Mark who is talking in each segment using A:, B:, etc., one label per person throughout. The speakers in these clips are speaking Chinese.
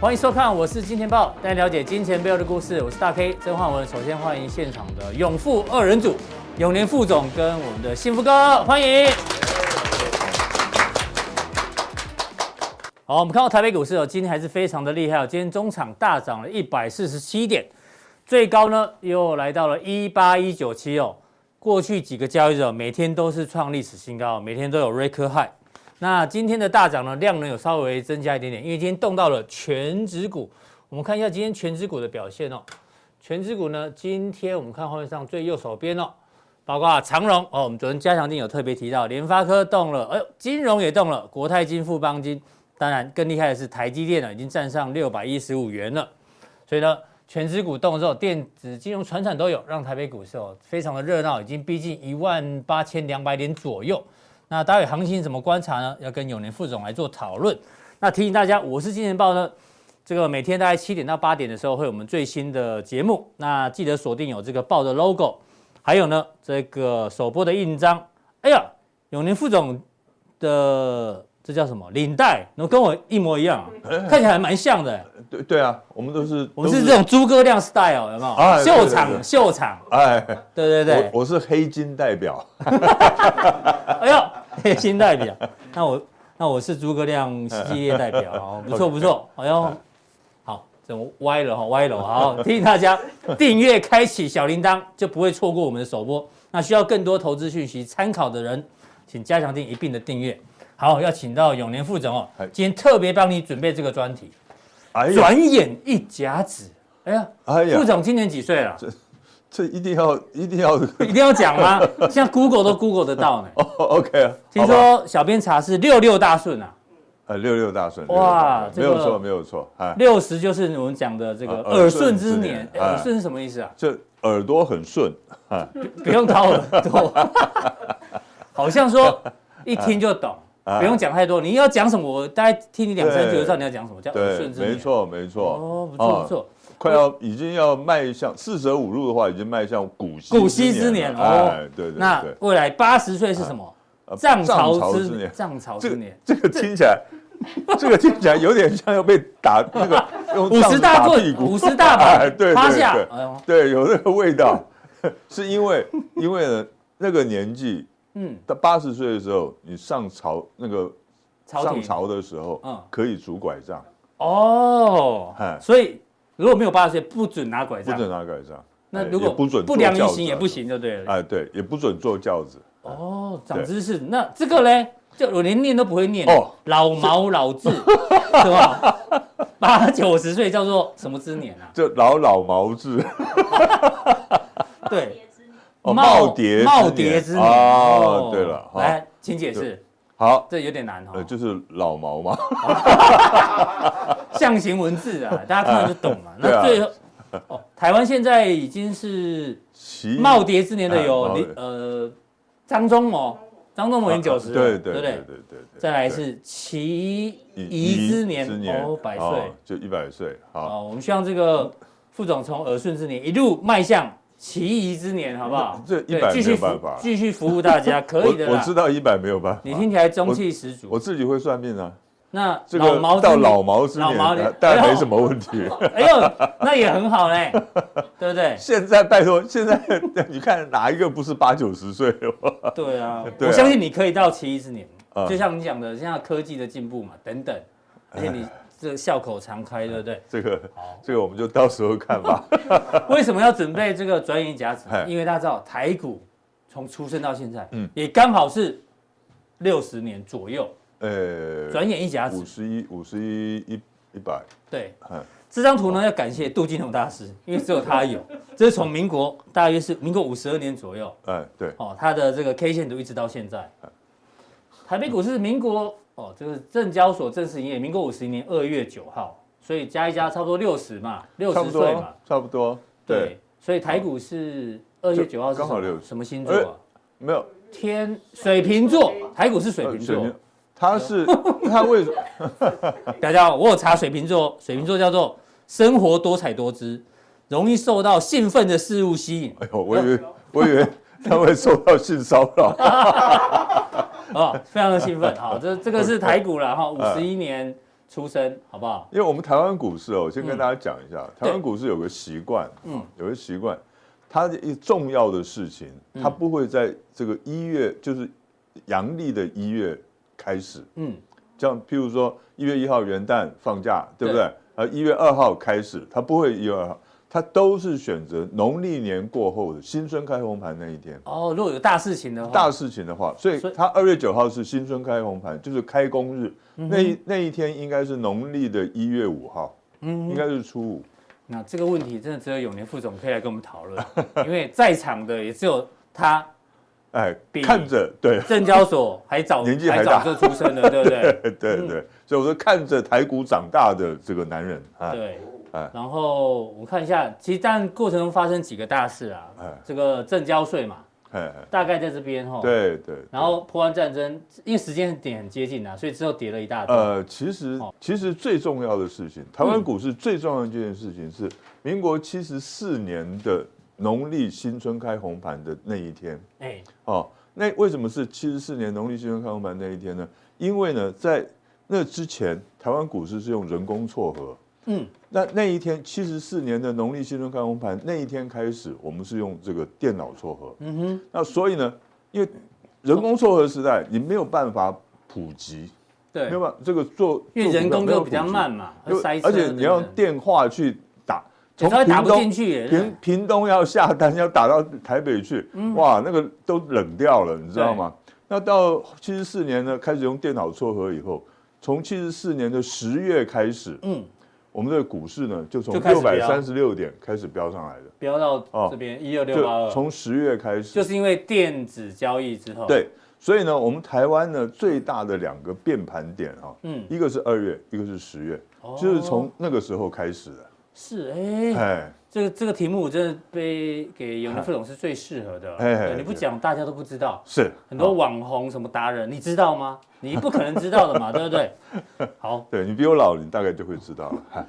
A: 欢迎收看，我是金钱豹，带你了解金钱背后的故事。我是大 K 曾焕文。首先欢迎现场的永富二人组，永年副总跟我们的幸福哥，欢迎。好，我们看到台北股市哦，今天还是非常的厉害哦，今天中场大涨了一百四十七点，最高呢又来到了一八一九七哦。过去几个交易日哦，每天都是创历史新高，每天都有 record high。那今天的大涨呢，量能有稍微增加一点点，因为今天动到了全指股。我们看一下今天全指股的表现哦。全指股呢，今天我们看画面上最右手边哦，包括长荣哦，我们昨天加强定有特别提到，联发科动了，哎呦，金融也动了，国泰金、富邦金，当然更厉害的是台积电呢，哦已经站上六百一十五元了。所以呢，全指股动之后，电子、金融、船产都有，让台北股市哦非常的热闹，已经逼近一万八千两百点左右。那待会行情怎么观察呢？要跟永年副总来做讨论。那提醒大家，我是金钱豹呢，这个每天大概七点到八点的时候会有我们最新的节目。那记得锁定有这个豹的 logo，还有呢这个首播的印章。哎呀，永年副总的这叫什么领带？能跟我一模一样、啊， 看起来还蛮像的、
B: 对对啊，我们都是
A: 我们是这种，诸葛亮 style 有没有？
B: 哎对
A: 秀
B: 对
A: 场
B: 对
A: 秀场，
B: 都哎，
A: 对对对。
B: 我我是黑金代表，
A: 哎呦，黑心代表，那我那我是诸葛亮系列 代表哦，不错不错，哎呦，好，这种歪了哈，歪 了，好，提醒大家订阅、开启小铃铛，就不会错过我们的首播。那需要更多投资讯息参考的人，请加强定一并的订阅。好，要请到永年副总哦
B: 哎，
A: 今天特别帮你准备这个专题。
B: 哎呀，
A: 转眼一甲子，哎呀，
B: 哎呀
A: 副总今年几岁 了？
B: 这一定要一定要
A: 一定要讲吗？像 Google 都 Google 得到呢。
B: 哦，OK，啊
A: 听
B: 好吧
A: 说小编查是六六大顺啊，
B: 呃六六大顺，
A: 哇
B: 哇，没有
A: 这个
B: 错没有错，哎，
A: 六十就是我们讲的这个
B: 啊
A: 耳
B: 耳顺
A: 顺之
B: 之
A: 年
B: 年。哎
A: 哎耳顺是什么意思啊？
B: 这耳朵很顺，哎
A: 不用掏耳朵， 好像说一听就懂，
B: 哎
A: 不用讲太多。你要讲什么，我大概听你两三句就知道你要讲什么，叫耳
B: 对
A: 顺，之年。
B: 没。错没错，
A: 哦，不错
B: 啊
A: 不，错。
B: 快要已经要迈向四舍五入的话，已经迈向古稀
A: 古稀之年
B: 了
A: 哦
B: 哎，对对
A: 那
B: 对
A: 未来八十岁是什么？
B: 呃，
A: 涨
B: 涨
A: 潮
B: 之
A: 之
B: 年，
A: 涨潮
B: 这
A: 之
B: 个
A: 年。
B: 这个听起来，这个听起来有点像要被打那 个用
A: 五
B: 杖
A: 十大
B: 打屁
A: 棍，
B: 股
A: 五十大
B: 哎
A: 板，
B: 对
A: 趴
B: 对
A: 下
B: 对。
A: 哎呦，
B: 对，有那个味道， 是因为因为呢，那个年纪，
A: 嗯，
B: 到八十岁的时候，你上朝那个
A: 朝
B: 上
A: 廷。
B: 朝的时候，
A: 嗯
B: 可以拄拐杖，
A: 哦
B: 哎，
A: 所以如果没有八十岁，不准拿拐
B: 不
A: 杖。
B: 准拿拐杖，
A: 那
B: 哎
A: 如果
B: 也不准
A: 不
B: 坐
A: 良于
B: 轿子
A: 行也不行，就对了。
B: 哎，对，也不准坐轿子，
A: 哦，长
B: 对
A: 知识。那这个嘞，就我连念都不会念。
B: 哦
A: 老毛老 字，是吧？八九十岁叫做什么之年啊？
B: 这老老毛子，
A: 对，
B: 哦耄耋之年
A: 耄耋之年。
B: 哦对了哈
A: 来，请解释，
B: 好，
A: 这有点难
B: 呃，
A: 哦，
B: 就是老毛嘛，
A: 象形文字啊，大家看了就懂 嘛。
B: 对
A: 那
B: 啊
A: 最后，哦，台湾现在已经是
B: 其
A: 耄耋之年的
B: 哎
A: 有
B: 耄
A: 李
B: 耋
A: 呃张忠谋，张忠谋已经九十，
B: 啊对
A: 对
B: 对对
A: 不对
B: 对？对对，
A: 再来
B: 对
A: 是其
B: 以
A: 夷之年
B: 之年
A: 哦，百岁。
B: 哦就一百岁，好，
A: 哦，我们希望这个副总从耳顺之年一路迈向奇夷之年，好不好？
B: 这
A: 对
B: 100
A: 继续
B: 没有
A: 服
B: 办法
A: 继续服务 大家，可以的
B: 我我
A: 啦
B: 知。道一百没有办法，
A: 你听起来中气十足。
B: 我自己会算命啊，
A: 那
B: 这
A: 老
B: 个
A: 毛之
B: 到
A: 年
B: 老，毛之
A: 老毛
B: 年，
A: 之
B: 大
A: 哎
B: 家
A: 呦
B: 没什么问题。
A: 哎呦，那也很好嘞，对不对？
B: 现在拜托，现在 你看哪一个不是八九十岁 了吗？
A: 对啊，
B: 对啊
A: 我相信你可以到奇夷之年
B: 嗯。
A: 就像你讲的，现在科技的进步嘛，等等，而且你这笑口常开，对不对？
B: 这个这个我们就到时候看 吧。
A: 为什么要准备这个转眼甲子
B: 哎？
A: 因为大家知道台股从出生到现在，
B: 嗯
A: 也刚好是六十年左右，
B: 呃，
A: 转眼一甲子
B: 五。十一，五十一，一一百，
A: 对
B: 哎，
A: 这张图呢要感谢杜金龙大
B: 哦
A: 师，因为只有他有。这是从民国大约是民国五十二年左右
B: 哎，对，
A: 哦，他的这个 K 线图一直到现在。台北股市民国哦，这个证交所正式营业，民国五十一年二月九号，所以加一加差不多六十嘛，六
B: 差
A: 十
B: 不
A: 岁嘛
B: 多，，差不多，
A: 对
B: 对，，
A: 所以台股是二月九号是
B: 刚好
A: 什么
B: 六十
A: 什么星座啊？
B: 没有
A: 天水瓶座，台股是水瓶座。，
B: 呃他是他为
A: 大家好，我有查水瓶座，水瓶座叫做生活多彩多姿，容易受到兴奋的事物 吸引
B: 哎呦，我以为我以为他会受到性骚 扰，
A: 哦 啊、非常的兴奋。好，这这个是台股了哈，五十一年出身，好不好？
B: 因为我们台湾股市哦，我先跟大家讲一下，台湾股市有个习惯，
A: 嗯
B: 嗯，有个习惯，它一重要的事情，它不会在这个一月，就是阳历的一月开始，
A: 嗯，
B: 像譬如说一月一号元旦放假，对不
A: 对
B: 对？呃，一月二号开始，它不会一月二号，它都是选择农历年过后的新春开红盘那一天。
A: 哦，如果有大事情的话，
B: 大事情的话，所以
A: 所以
B: 它二月九号是新春开红盘，就是开工日，那一那一天应该是农历的一月五号，
A: 嗯
B: 应该是初五。
A: 那这个问题真的只有永年副总可以来跟我们讨论，因为在场的也只有他，
B: 哎
A: 比，
B: 看着，对
A: 证交所还早，
B: 年纪还
A: 早
B: 大
A: 就出生了，对不对？ 嗯
B: 对对，所以我说看着台股长大的这个男人啊，哎
A: 对
B: 哎，
A: 然后我看一下，其实但过程中发生几个大事啊
B: 哎，
A: 这个证交税嘛，
B: 哎，哎
A: 大概在这边哈，，
B: 对对。
A: 然后波湾战争，因为时间点很接近啊，所以之后跌了一大段，
B: 呃，其实
A: 哦
B: 其实最重要的事情，台湾
A: 嗯
B: 股市最重要的一件事情是民国七十四年的农历新春开红盘的那一天。
A: 哎，
B: 哦，那为什么是七十四年农历新春开红盘那一天呢？因为呢，在那之前，台湾股市是用人工撮合。
A: 嗯，
B: 那那一天七十四年的农历新春开红盘那一天开始，我们是用这个电脑撮合。
A: 嗯哼，
B: 那所以呢，因为人工撮合时代，你没有办法普及，
A: 对
B: 没，有办法这个做，
A: 因为
B: 做
A: 人
B: 股票
A: 工
B: 没有
A: 就比较
B: 普及
A: 慢嘛，
B: 因为
A: 塞车
B: 而且你要
A: 等
B: 用
A: 等，
B: 电话去打，从
A: 有时候还
B: 屏
A: 打不进
B: 东
A: 去耶，对
B: 屏屏东要下单，要打到台北去，
A: 嗯
B: 哇，那个都冷掉了，你知道吗？那到七十四年呢，开始用电脑撮合以后，从七十四年的十月开始，
A: 嗯，
B: 我们的股市呢就从
A: 就开始
B: 六
A: 飙
B: 百三十六点开始飙上来的，
A: 飙到这边一二六八
B: 哦就
A: 二，
B: 从十月开始，
A: 就是因为电子交易之后，，
B: 对，所以呢，我们台湾呢最大的两个变盘点哈、
A: 嗯，
B: 一个是二月，一个是十月，
A: 哦
B: 就是从那个时候开始的，
A: 是哎，
B: 哎。
A: 这个这个题目我真的被给永宁副总是最适合的，
B: 哎哎
A: 对你不讲大家都不知道，
B: 是
A: 很多网红什么达人，你知道吗？你不可能知道 的嘛，对不对？好，
B: 对你比我老，你大概就会知道了。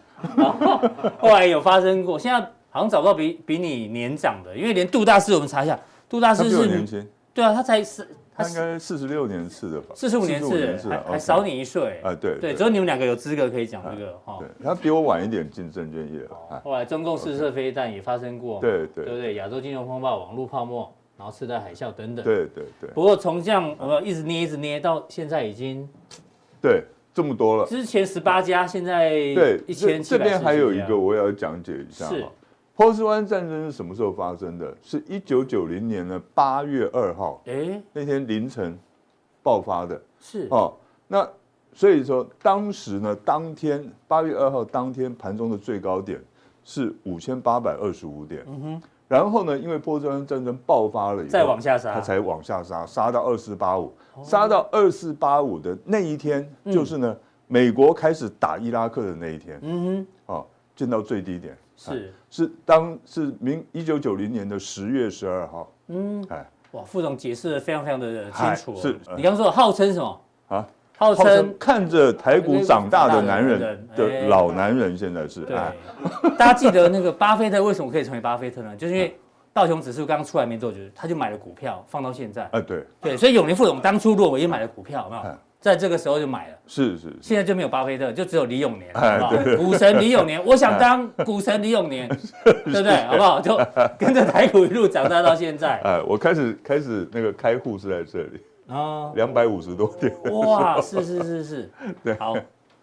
A: 后来有发生过，现在好像找不到比比你年长的，因为连杜大师我们查一下，杜大
B: 他
A: 师
B: 比我年
A: 是，
B: 轻，
A: 对啊，他才是他
B: 他应该四十六年次的吧？
A: 四十五年
B: 45
A: 是，
B: 次
A: 还
B: 的
A: 还少。你一岁
B: OK，啊，对啊
A: 对，只有你们两个有资格可以讲这个哈。
B: 对，他比我晚一点进证券业了。哎
A: 后来中共试射飞弹也发生过，
B: 对对
A: 哦对不对？亚洲金融风暴、网络泡沫，然后次贷海啸等等。
B: 对对对
A: 不过从这样呃一直捏一直捏到现在已经
B: 对，这么多了。
A: 之前十八家，现在
B: 对，
A: 一
B: 这
A: 千
B: 这边还有一个我也要讲解一下
A: 是
B: 哈。波斯湾战争是什么时候发生的？是一九九零年的八月二号
A: 哎
B: 那天凌晨爆发的。
A: 是
B: 哦，那所以说当时呢，当天八月二号当天盘中的最高点是五千八百二十五点，嗯哼，然后呢，因为波斯湾战争爆发了以后，
A: 再往下杀哦
B: 它才往下杀，杀到二四八五，杀到二四八五的那一天，就是呢，美国开始打伊拉克的那一天，
A: 嗯
B: 哦，见到最低点，啊
A: 哼是
B: 是当是明一九九零年的十月十二号，
A: 嗯
B: 哎，
A: 哇，副总解释的非常非常的清楚哦。
B: 哎是
A: 你刚刚说号称什么？
B: 啊。
A: 号
B: 号
A: 称
B: 称看着台股长大的男
A: 台股
B: 人
A: 长大的男人哎
B: 的老男人，现在是
A: 对
B: 哎，
A: 大家记得那个巴菲特为什么可以成为巴菲特呢？就是因为道琼指数刚出来没多久，他就买了股票，放到现在。
B: 啊，对，
A: 对，所以永林副总当初如果我也买了股票，有没有
B: 嗯？
A: 在这个时候就买了，
B: 是是是，
A: 现在就没有巴菲特，就只有李永年，好
B: 哎
A: 不好？股神李永年，我想当股神李永 年，对不对？好不好？就跟着台股一路长大到现 在
B: 哎，我开始开始那个开户是在这里，
A: 啊！
B: 两百五十多点，
A: 哇，是是是是，好。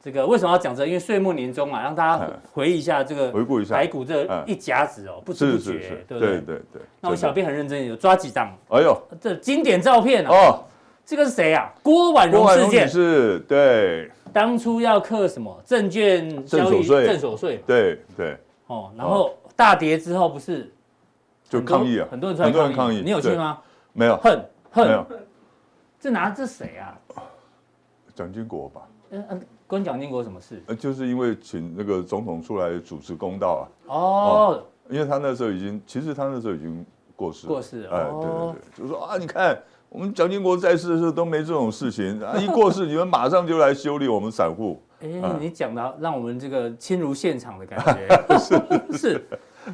A: 这个为什么要讲这个因为岁末年终嘛，让大家回忆一下这个
B: 嗯回顾一下
A: 台股这
B: 嗯
A: 一甲子哦，不知不
B: 是是
A: 觉
B: 是，，
A: 对
B: 对
A: 不
B: 对？
A: 对
B: 对对。
A: 那我
B: 真
A: 小
B: 的，
A: 编很认真，有抓几张
B: 哎呦，
A: 这经典照片啊。
B: 哦，
A: 这个是谁啊？郭婉
B: 郭
A: 蓉
B: 婉
A: 事
B: 蓉女
A: 件，
B: 士，对
A: 当初要课什么证券交
B: 证所
A: 易
B: 税
A: 证所税
B: 对对，
A: 哦，然后大跌之后不是
B: 就
A: 很多
B: 抗议啊，
A: 很多人出来抗议，你有去
B: 对？
A: 吗？
B: 没有，
A: 恨
B: 没有
A: 恨，，这拿这谁啊？
B: 蒋经国吧，
A: 嗯嗯，关蒋经国什么事？
B: 呃，就是因为请那个总统出来主持公道啊，
A: 哦，
B: 因为他那时候已经，其实他那时候已经过世了，
A: 过世了
B: 哎，
A: 哦
B: 对对对，就说啊，你看我们蒋经国在世的时候都没这种事情， 啊，一过世你们马上就来修理我们散户，
A: 哎
B: 哎，
A: 你讲的让我们这个亲如现场的感觉，是是。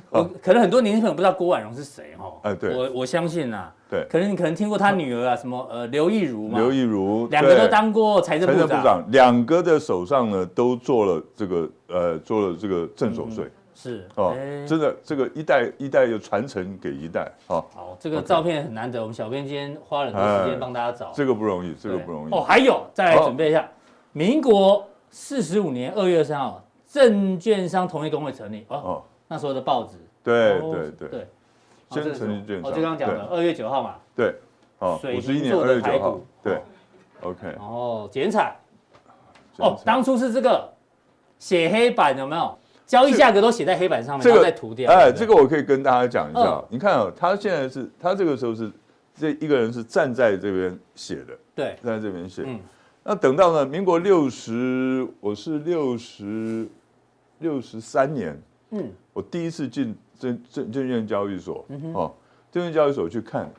A: 我可能很多年轻朋友不知道郭婉容是谁哈。
B: 哦哎对
A: 我我相信啊，
B: 对
A: 可能你可能听过她女儿啊，什么呃刘亦儒嘛，
B: 刘亦儒
A: 两个
B: 对
A: 都当过财政
B: 财
A: 部
B: 政部
A: 长，
B: 长，两个的手上呢都做了这个呃做了这个正手税
A: 是
B: 哦
A: 嗯哎，
B: 真的这个一代一代又传承给一代哦，
A: 好，这个
B: OK
A: 照片很难得，我们小编今天花了很多时间帮大家找，
B: 这个不容易，这个
A: 对
B: 不容易
A: 哦，。还有，再来
B: 好
A: 准备一下，民国四十五年二月三号，证券商同业工会成立哦，
B: 哦，
A: 那时候的报纸，
B: 对
A: 哦
B: 对对
A: 对，
B: 先
A: 哦这是什么
B: 成立证券
A: 哦，就刚刚讲的二月九号嘛，
B: 对，哦，
A: 水
B: 五十一
A: 瓶
B: 年
A: 座
B: 二
A: 的
B: 月
A: 台
B: 九
A: 股
B: 号，对
A: 哦
B: ，OK。
A: 然后哦剪彩，
B: 这样
A: 哦
B: 子，
A: 当初是这个写黑板有没有？交易价格都写在黑板上面，
B: 这
A: 然
B: 个
A: 后再涂掉。
B: 哎，
A: 对不对
B: 这个我可以跟大家讲一下
A: 嗯。
B: 你看啊，他现在是他这个时候是这一个人是站在这边写的，
A: 对，
B: 站在这边写。
A: 嗯
B: 那等到呢，民国六十，我是六十六十三年，
A: 嗯，
B: 我第一次进证证证券交易所，哦，证券交易所去看，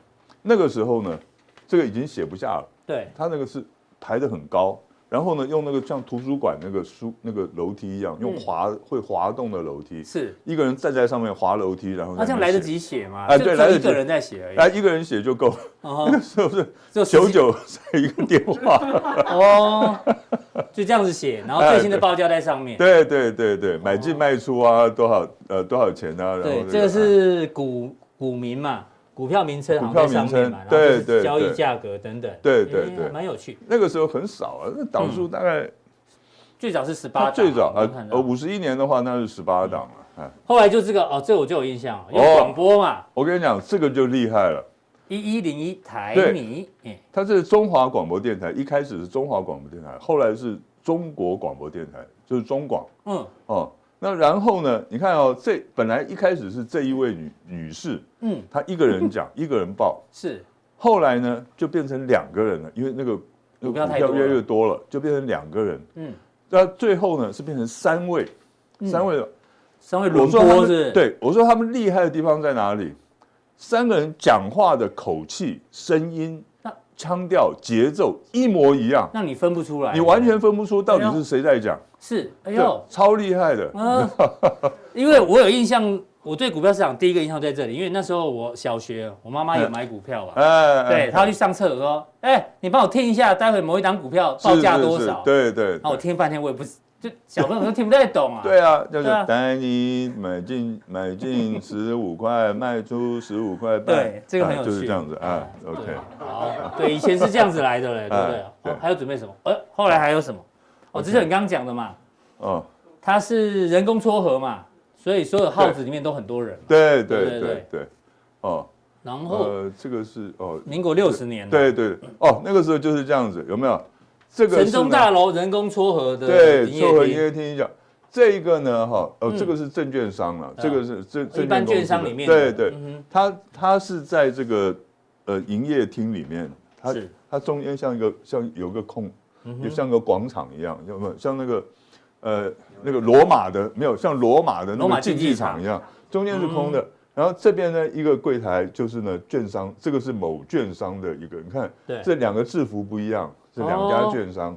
B: 那个时候呢，这个已经写不下了，
A: 对，
B: 他那个是排得很高，然后呢，用那个像图书馆那个书那个楼梯一样，用
A: 嗯
B: 滑、会滑动的楼梯，
A: 是。
B: 一个人站在上面滑楼梯，然后
A: 啊那这
B: 在
A: 样
B: 边
A: 来得
B: 写，
A: 及写吗？
B: 哎
A: 就
B: 对
A: 只有
B: 来得
A: 一个
B: 及
A: 人在写而已。
B: 哎，一个人写就够了，
A: 嗯哼
B: 那个时候是
A: 只有十
B: 九
A: 几
B: 九在一个电 话。
A: 哦，就这样子写，然后最新的报价在上面。
B: 哎对对对对，买进卖出啊，多少呃多少钱啊？然后
A: 哦对，这个是股股民嘛，股票名称好像在上面嘛，
B: 股票名称
A: 然后就是
B: 对对
A: 交易
B: 对
A: 价格等等。
B: 对对
A: 哎
B: 对
A: 蛮有趣。
B: 那个时候很少啊，那档数大概
A: 最早是十嗯八
B: 它
A: 档，
B: 最早
A: 我
B: 啊
A: 们看，嗯
B: 呃
A: 到。
B: 五十一年的话那是十八档了。哎，
A: 后来就这个哦，这个我就有印象了，有
B: 哦
A: 广播嘛，
B: 我跟你讲，这个就厉害了，
A: 一一零一台
B: 对
A: 米，哎
B: 它是中华广播电台，一开始是中华广播电台，后来是中国广播电台，就是中广
A: 嗯
B: 哦。那然后呢？你看哦，这本来一开始是这一位女女士，
A: 嗯，
B: 她一个人 讲，一个人报，
A: 是
B: 后来呢就变成两个人了，因为那个那
A: 股
B: 个
A: 票
B: 股
A: 太
B: 票
A: 多
B: 越来
A: 了
B: 越多了，就变成两个人。
A: 嗯，
B: 那最后呢是变成三位，三位的。
A: 三位
B: 我
A: 轮
B: 说他
A: 播
B: 们
A: 是，，
B: 对我说他们厉害的地方在哪里？三个人讲话的口气、声音
A: 那、
B: 腔调、节奏一模一样，
A: 让你分不出来，
B: 你完全分不出到底
A: 哎呦
B: 是谁在讲。
A: 是，
B: 哎
A: 哎呦，
B: 超厉害的。
A: 嗯，因为我有印象，我对股票市场第一个印象在这里，因为那时候我小学，我妈妈有买股票嘛，
B: 哎，
A: 对，她
B: 他
A: 去上厕所说，哎，你帮我听一下，待会某一档股票报价多少？哦
B: 对对
A: 然后我
B: 对
A: 听半天，我也不是，就小朋友都听不太懂啊。
B: 对啊，就是
A: 对啊
B: 带你买 进买进十五块，卖出十五块半。
A: 对这个很有
B: 啊就是
A: 趣
B: 这样子啊。OK，
A: 好，对，以前是这样子来的嘞，对不对
B: 哎？对
A: 哦还有准备什么？呃，后来还有什么？哦，之前你刚刚讲的嘛，
B: 哦，
A: 它是人工撮合嘛，所以所有号子里面都很多人嘛。
B: 对
A: 对对
B: 对对对，哦，
A: 然后
B: 呃，这个是哦，
A: 民国六十年，，
B: 对对哦，那个时候就是这样子，有没有？这个
A: 城
B: 是
A: 中
B: 呢
A: 大楼人工撮合的
B: 对
A: 营
B: 撮合营
A: 业厅
B: 业厅讲，这一个呢哈哦
A: 嗯，
B: 这个是证券商了，
A: 对啊
B: 这个是证
A: 一
B: 证券
A: 般
B: 公司
A: 券商
B: 的
A: 里面
B: 对
A: 的，
B: 对，
A: 嗯
B: 它它是在这个呃营业厅里面，它
A: 是
B: 它中间像一个像有个空，
A: 嗯
B: 就像个广场一样，有没有像那个呃那个罗马的没有像罗马的
A: 罗
B: 那
A: 马
B: 个
A: 竞
B: 竞
A: 技嗯
B: 技场一样，中间是空的。然后这边呢，一个柜台就是呢，券商，这个是某券商的一个，你看，
A: 哼对，
B: 这两个制服不一样，是两家券商。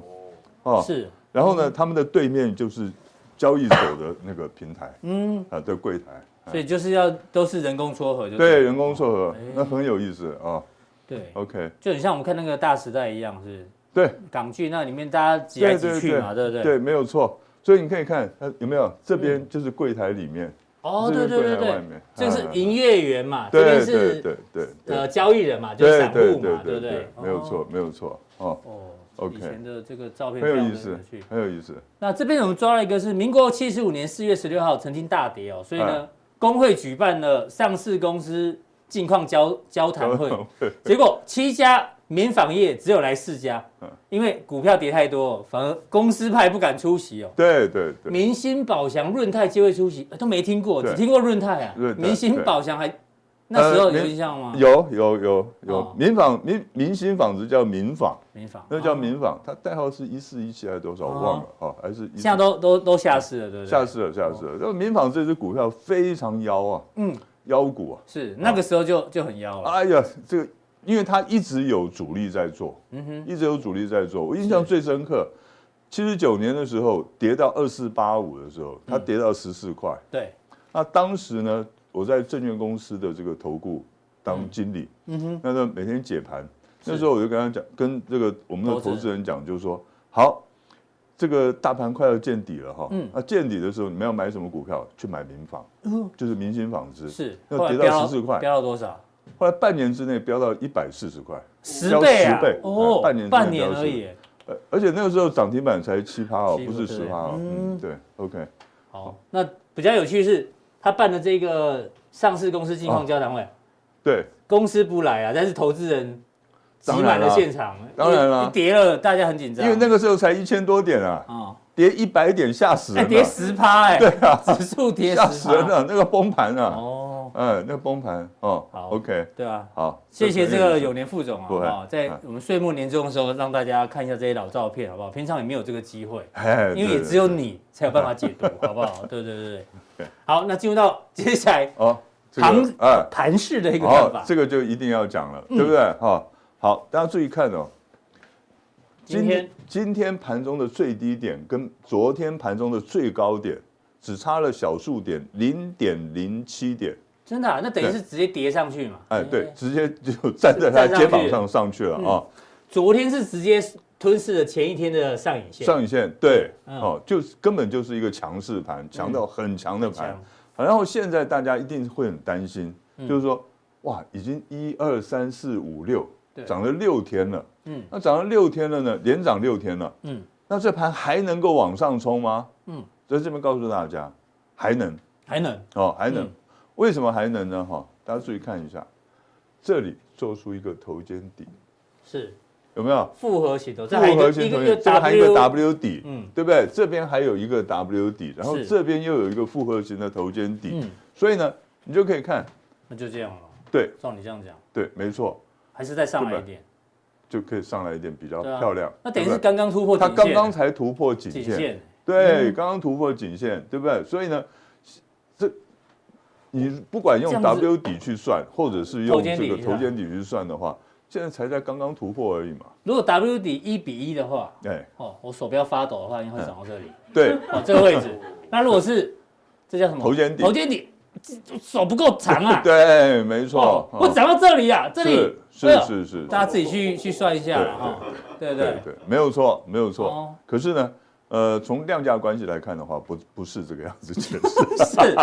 B: 哦，
A: 是，
B: 然后呢，他们的对面就是交易所的那个平台
A: 嗯，
B: 啊的柜台，
A: 所以就是要都是人工撮合，就
B: 对
A: 对
B: 人工撮合
A: 哎，
B: 那很有意思啊。
A: 对，
B: OK，
A: 就很像我们看那个《大时代》一样，是
B: 对
A: 港剧那里面大家挤来挤去嘛，对不对？
B: 对，没有错。所以你可以看，它有没有这边就是柜台里面，
A: 哦，
B: 这
A: 对
B: 边
A: 对对
B: 柜台外
A: 对，
B: 面，
A: 这是
B: 啊
A: 营业员嘛，这边
B: 对对
A: 是
B: 对对
A: 呃
B: 对
A: 交易人嘛，就是散
B: 对
A: 户嘛，对不对？
B: 没有
A: 哦
B: 错没有错哦，
A: 哦
B: OK
A: 以前的这个照片
B: 很
A: 非
B: 有
A: 常
B: 意
A: 的
B: 思
A: 有趣。
B: 很有意思，
A: 那这边我们抓了一个是民国七十五年四月十六号曾经大跌哦，所以
B: 啊
A: 呢，工会举办了上市公司近况交交谈会，结果七家民纺业只有来四家
B: 嗯，
A: 因为股票跌太多，反而公司派不敢出席哦。
B: 对对对。
A: 明星、宝祥、润泰皆会出席，呃都没听过，
B: 对
A: 只听过润泰啊。
B: 润泰
A: 明星、
B: 对
A: 宝祥还那时候
B: 呃
A: 有
B: 明
A: 印象吗？
B: 有有有
A: 哦
B: 有，民纺民明星纺织叫民纺，
A: 民纺，
B: 那叫
A: 哦，
B: 民纺，它代号是一四一七还是多少，我忘了哦，还是一
A: 现在都都都下市了，对不对？
B: 下市了下市了。那民纺这只股票非常妖啊，
A: 哦嗯，
B: 妖股啊，
A: 是那个时候就就很妖了。
B: 哎呀，这个因为它一直有主力在做，
A: 嗯哼，
B: 一直有主力在做。我印象最深刻，七十九年的时候跌到二四八五的时候，它跌到十四块，
A: 对，
B: 那当时呢，我在证券公司的这个投顾当经理，嗯哼，那时候每天解盘，那时候我就跟他讲，跟这个我们的投资人讲，就是说，好，这个大盘快要见底了哈，嗯，哦那见底的时候你们要买什么股票？去买民房，就是明星纺织，
A: 是，后
B: 要
A: 来
B: 跌
A: 飙
B: 到十四块，
A: 飙到多少？
B: 后来半年之内飙到一百四十块，
A: 十
B: 飙
A: 倍啊！
B: 十倍，
A: 哦
B: 嗯，半年之内
A: 半年
B: 飙
A: 而
B: 10
A: 已耶。
B: 呃而且那个时候涨停板才七趴哦，
A: 7%
B: 不是十趴哦，嗯，对，OK，哦
A: 好，那比较有趣是，他办的这个上市公司近
B: 哦
A: 况交谈会，
B: 对，
A: 公司不来啊，但是投资人挤
B: 当
A: 满
B: 然
A: 了
B: 啦
A: 现场，
B: 当然啦
A: 一一跌了，大家很紧张，
B: 因为那个时候才一千多点啊，
A: 啊，
B: 跌一百点吓死
A: 哎，
B: 人
A: 跌
B: 了，
A: 十趴，哎，对啊，指数跌
B: 吓死人
A: 10%，
B: 了，那个崩盘啊，
A: 哦，
B: 嗯，那个崩盘哦
A: 好
B: ，OK，
A: 对啊，
B: 好，
A: 谢谢这个
B: 有
A: 永年副总啊，
B: 不会
A: 哦在
B: 哎
A: 我们岁末年终的时候，让大家看一下这些老照片，好不好？平常也没有这个机会，
B: 哎
A: 因为也
B: 对
A: 只有
B: 对
A: 你才有 办法解读，好不好？对对对对，好，那进入到 接下来
B: 哦，这个
A: 行
B: 哎，
A: 盘势的一个看
B: 好
A: 法，，嗯
B: 这个就一定要讲了，对不对？哈，好，大家注意看哦。
A: 今天
B: 今天盘中的最低点跟昨天盘中的最高点只差了小数点零点零七点，
A: 真的啊，那等于是直接叠上去嘛？
B: 哎，对，，直接就站在
A: 站
B: 他
A: 上去
B: 肩膀上上去了
A: 嗯
B: 啊，
A: 昨天是直接吞噬了前一天的上影线，
B: 上影线对，
A: 嗯
B: 哦，就是根本就是一个强势盘，强到很强的盘
A: 强。
B: 然后现在大家一定会很担心，
A: 嗯
B: 就是说，哇，已经一二三四五六
A: 对
B: 涨了六天了，
A: 嗯
B: 嗯，那涨了六天了呢，连涨六天了，
A: 嗯
B: 嗯，那这盘还能够往上冲吗？
A: 嗯
B: 嗯，在这边告诉大家，还能
A: 还能
B: 哦，还能
A: 嗯，
B: 为什么还能呢？哈，大家注意看一下，这里做出一个头肩底，
A: 是
B: 有没有？
A: 复合型头，这还有
B: 复
A: 一个
B: 合型
A: 一
B: 头
A: 个
B: 肩，这个还有一个 W 底，
A: 嗯
B: 对不对？这边还有一个 W 底，然后
A: 是
B: 这边又有一个复合型的头肩底，
A: 嗯，
B: 所以呢，你就可以看，
A: 那就这样了。
B: 对
A: 照你这样讲，
B: 对，没错，
A: 还是再上来一点，
B: 就可以上来一点比较
A: 对啊
B: 漂亮。
A: 那等于
B: 对
A: 是
B: 不对
A: 刚刚突破
B: 它
A: 颈
B: 刚
A: 线，
B: 刚才突破颈
A: 颈
B: 线，
A: 线，嗯
B: 对，刚刚突破颈线，对不对？所以呢，这你不管用
A: 这样子
B: W 底去算，或者是
A: 头
B: 用
A: 肩
B: 这
A: 底
B: 个
A: 是吧
B: 头肩底去算的话，现在才在刚刚突破而已嘛。
A: 如果 W 底一比一的话，
B: 哎，
A: 哦，我手不要发抖的话，应该会长到这里，
B: 对，
A: 哦，这个位置。那如果是这叫什么？
B: 头肩底。
A: 头肩底，这手不够长啊
B: 对，没
A: 哦
B: 错，，
A: 我长到这里啊，这里
B: 是
A: 哎呦
B: 是是是，
A: 大家自己去去算一下了哈，对不
B: 对
A: 对？
B: 对，没有错，没有
A: 哦
B: 错。可是呢，呃，从量价关系来看的话，不不是这个样子解释
A: 是，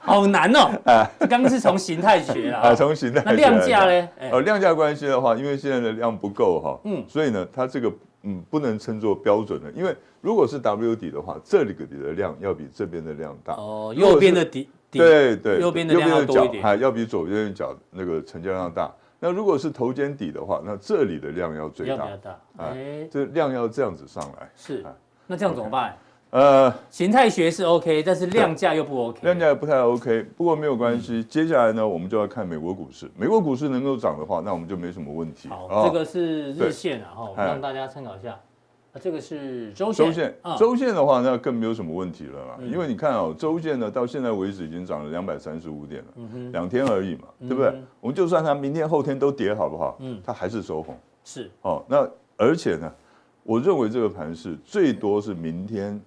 A: 好难哦。 刚刚是从形态学
B: 啊。
A: 啦，
B: 哎
A: 哦
B: 从形态
A: 那
B: 学
A: 量
B: 来
A: 价
B: 讲
A: 嘞？哎
B: 呃，量价关系的话，因为现在的量不够哈，
A: 嗯
B: 嗯，所以呢，它这个嗯不能称作标准的，因为如果是 W 底的话，这里个底的量要比这边的量大，
A: 哦，
B: 如果
A: 右边
B: 是
A: 的底底，
B: 对对，
A: 右边的量要多一点
B: 角还要比左边的角那个成交量大。那如果是头肩底的话，那这里的量要最
A: 要比
B: 大
A: 较，大。
B: 哎
A: 哎，
B: 这量要这样子上来，
A: 是
B: 哎。
A: 那这样怎么办？
B: 呃，
A: 形态学是 OK，但是量价又不 OK。
B: 量价也不太 OK，不过没有关系。接下来呢，我们就要看美国股市。美国股市能够涨的话，那我们就没什么问题。
A: 好，
B: 哦
A: 这个是日线啊，哈，
B: 哎
A: 让大家参考一下。啊这个是周线，
B: 周线
A: 啊，嗯
B: 周线的话，那更没有什么问题了啦。因为你看哦，周线呢到现在为止已经涨了两百三十五点了，两天而已嘛，对不对
A: 嗯？
B: 我们就算它明天后天都跌，好不好？
A: 嗯
B: 它还是收红
A: 是
B: 哦。那而且呢，我认为这个盘是最多是明天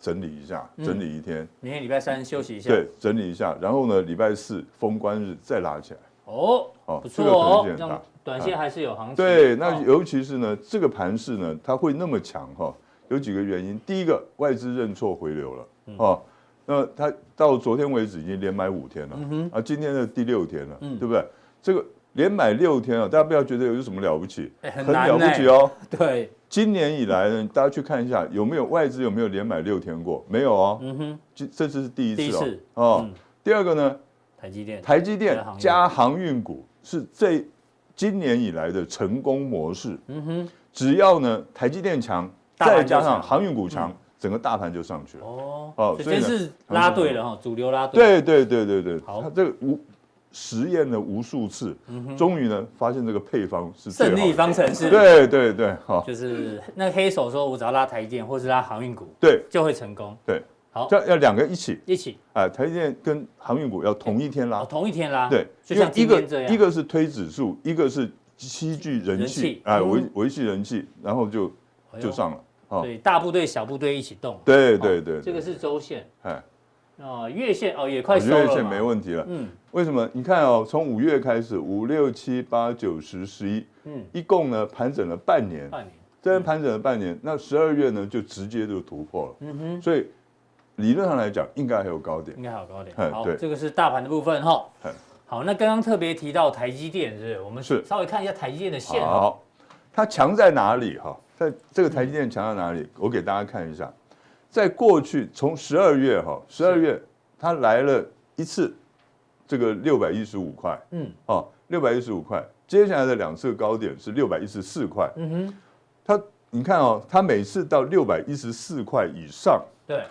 B: 整理一下，整理一天，
A: 明天礼拜三休嗯息一下。
B: 对，整理一下，然后呢，礼拜四封关日再拉起来。
A: 哦，
B: 哦
A: 不
B: 这个可能
A: 错哦
B: 性，很
A: 这
B: 大哎
A: 样短线还是有行情。
B: 对，那
A: 哦
B: 尤其是呢，这个盘势呢，它会那么强哈、有几个原因。第一个，外资认错回流了
A: 嗯
B: 哦，那它到昨天为止已经连买五天了，
A: 嗯
B: 啊，今天的第六天了，对不对？这个连买六天啊，大家不要觉得有什么了不起，
A: 哎很难
B: 了不
A: 呢
B: 起哦。
A: 对，
B: 今年以来呢，大家去看一下有没有外资有没有连买六天过？没有哦，
A: 嗯哼，
B: 这这次是第一
A: 第一
B: 次哦。
A: 次
B: 哦
A: 嗯，
B: 第二个呢，
A: 台积电
B: 台积电
A: 加航运
B: 加航运股是这今年以来的成功模式。嗯
A: 哼，
B: 只要呢台积电强，
A: 大盘就
B: 再加
A: 强
B: 上航运股强，整个大盘就上去了。
A: 嗯哦，
B: 哦
A: 所
B: 所
A: 以
B: 以
A: 真
B: 呢
A: 是拉对了哈，主流拉对。
B: 对对对对对，
A: 好嗯
B: 它这个无实验了无数次，终于呢发现这个配方是最
A: 胜
B: 好
A: 利
B: 的。
A: 方程式，
B: 对对对，好，
A: 就是那黑手说，我只要拉台积电或是拉航运股
B: 对
A: 就会成功，
B: 对，
A: 好
B: 这要两个一起
A: 一起
B: 啊，台积电跟航运股要同一天
A: 哦
B: 拉，
A: 同一天拉，
B: 对，
A: 就
B: 因为
A: 像
B: 一
A: 今
B: 个
A: 天这样，
B: 一个是推指数，一个是吸聚人
A: 人气
B: 气，哎，
A: 嗯
B: 维维系人气，然后就
A: 哎呦
B: 就上了。哦
A: 对，大部队小部队一起动，
B: 对对对，
A: 哦这个
B: 对
A: 是周线，
B: 哎，
A: 哦，月线哦也快收了
B: 月
A: 嘛，
B: 线没问题了。
A: 嗯
B: 为什么？你看哦，从五月开始，五六七八九十十一，
A: 嗯，啊
B: 一共呢盘整了半年，
A: 半年，
B: 这边盘整了半年，那十二月呢就直接就突破了。
A: 嗯哼，
B: 所以理论上来讲，应该还有高点。
A: 应该还有高点。
B: 嗯
A: 好，
B: 对
A: 这个是大盘的部分哈
B: 嗯。
A: 好，那刚刚特别提到台积电，是不是？我们
B: 是
A: 稍微看一下台积电的线哈。
B: 好，它强在哪里？哈，在这个台积电强在
A: 嗯
B: 哪里？我给大家看一下，在过去从十二月哈，十二月它来了一次，这个六百一十五块
A: 嗯
B: 啊，六百一十五块，接下来的两次高点是六百一十四块，
A: 嗯哼，
B: 它你看哦，它每次到六百一十四块以上，
A: 对，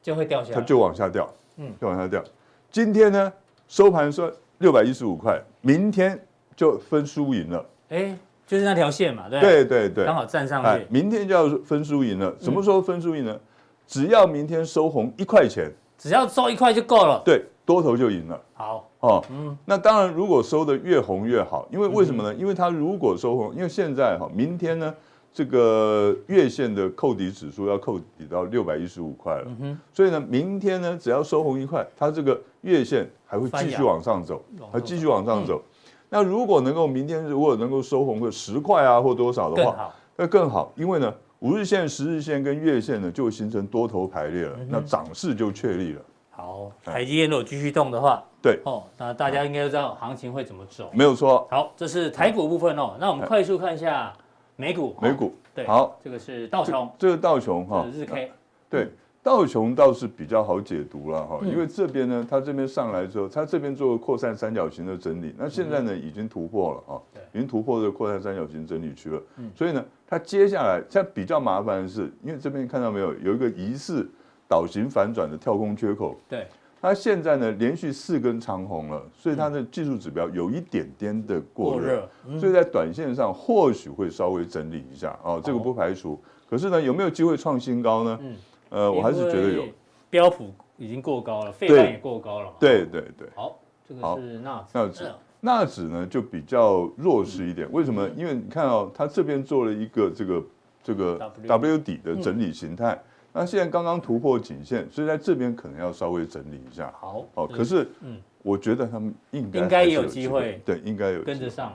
A: 就会掉下
B: 它
A: 来。
B: 就往下掉，
A: 嗯
B: 嗯，就往下掉。今天呢，收盘说六百一十五块，明天就分输赢了，
A: 哎，就是那条线嘛，对不
B: 对对对，
A: 哎刚好站上
B: 哎
A: 去，。嗯
B: 明天就要分输赢了。什么时候分输赢呢？只要明天收红一块钱，
A: 只要收一块就够了。
B: 对，多头就赢了
A: 好，
B: 哦。
A: 嗯
B: 那当然，如果收的越红越好，因为为什么呢？因为它如果收红，因为现在哈，明天呢，这个月线的扣底指数要扣底到六百一十五块了，
A: 嗯
B: 所以呢，明天呢，只要收红一块，它这个月线还会继
A: 翻
B: 续
A: 扬
B: 往上走
A: 往上，嗯
B: 还继续往上走。那如果能够明天如果能够收红个十块啊或多少的
A: 更
B: 话，
A: 好。
B: 那更好，因为呢，五日线、十日线跟月线呢就会形成多头排列
A: 嗯
B: 了，那涨势就确立了，
A: 好，台积电如果继续动的话，
B: 哎对嗯
A: 哦，那大家应该都知道行情会怎么走。
B: 没有错。
A: 好，这是台股部分哦。那我们快速看一下美股。
B: 哎
A: 哦
B: 美股
A: 对，
B: 好，哦
A: 这个是道琼，
B: 这个道琼
A: 这
B: 哈
A: 是，日 K，
B: 对道琼倒是比较好解读了哈，因为这边呢，它这边上来之后，它这边做扩散三角形的整理，那现在呢已经突破了哈
A: 对，
B: 已经突破这个扩散三角形整理区了，所以呢，它接下来现在比较麻烦的是，因为这边看到没有，有一个疑似倒型反转的跳空缺口，
A: 对，
B: 它现在呢连续四根长红了，所以它的技术指标有一点点的过
A: 过
B: 热，
A: 热，
B: 所以在短线上或许会稍微整理一下哦，这个不排除。可是呢，有没有机会创新高呢？
A: 嗯
B: 呃，我还是觉得有
A: 因。为标普已经过高了，费半
B: 对
A: 也过高了嘛。
B: 对对对，
A: 好，这个
B: 好
A: 是纳呃
B: 纳指纳指呢就比较弱势一
A: 嗯
B: 点，为什么？因为你看哦，它这边做了一个这个这个
A: W 嗯
B: W 底的整理形态，那现在刚刚突破颈线，所以在这边可能要稍微整理一下。
A: 好，
B: 哦，
A: 这
B: 可是
A: 嗯
B: 我觉得他们应该
A: 应该
B: 还
A: 也
B: 是
A: 有机
B: 机
A: 会，
B: 对，应该有
A: 跟
B: 机会
A: 着上。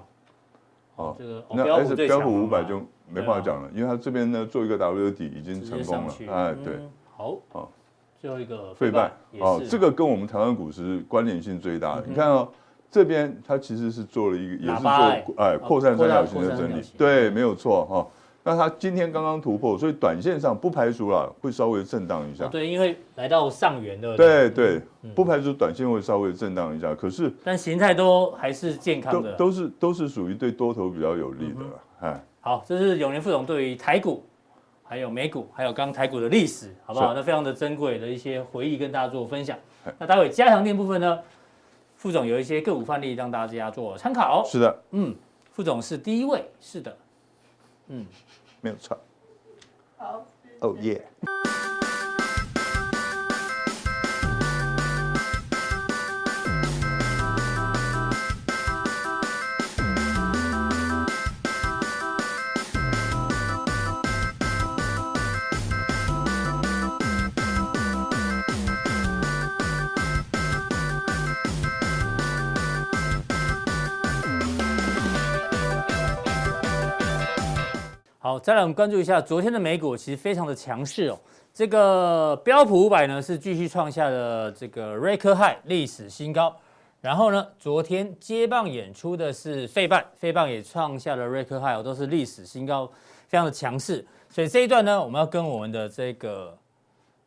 B: 哦
A: 这个哦
B: 那
A: 标
B: S
A: 普最
B: 标
A: 强
B: 普
A: 了
B: 五
A: 嘛啊
B: 百就没话讲了，因为它这边呢做一个 W 底已经
A: 直
B: 成功
A: 接上
B: 了
A: 去，，
B: 哎，对，
A: 嗯，好，
B: 哦
A: 最后一个
B: 费半
A: 也
B: 哦，
A: 是嗯
B: 这个跟我们台湾股市关联性最大的。你看哦，这边它其实是做了一个，也
A: 喇
B: 是
A: 叭哎
B: 做哎
A: 哦
B: 扩散三角形
A: 扩
B: 的
A: 散
B: 整
A: 三角
B: 理
A: 形，嗯
B: 对，没有错哈。那它今天刚刚突破，所以短线上不排除了会稍微震荡一
A: 哦嗯
B: 下，
A: 对，因为来到上元的，
B: 对对，不排除短线会稍微震荡一下，可是
A: 但形态都还是健康
B: 都
A: 的。嗯
B: 都是都是属于对多头比较有利的了，哎。
A: 好，这是永年副总对于台股、还有美股、还有刚台股的历史，好不好？
B: 是
A: 那非常的珍贵的一些回忆跟大家做分享。那待会加强店部分呢，副总有一些个股范例让大家做参考。
B: 是的，
A: 嗯，副总是第一位，是的。嗯，
B: 没有错。好，哦耶。
A: 好，再来我们关注一下昨天的美股，其实非常的强势哦。这个标普五百呢是继续创下了这个 record high 历史新高，然后呢，昨天接棒演出的是费半，费半也创下了 record high，哦都是历史新高，非常的强势。所以这一段呢，我们要跟我们的这个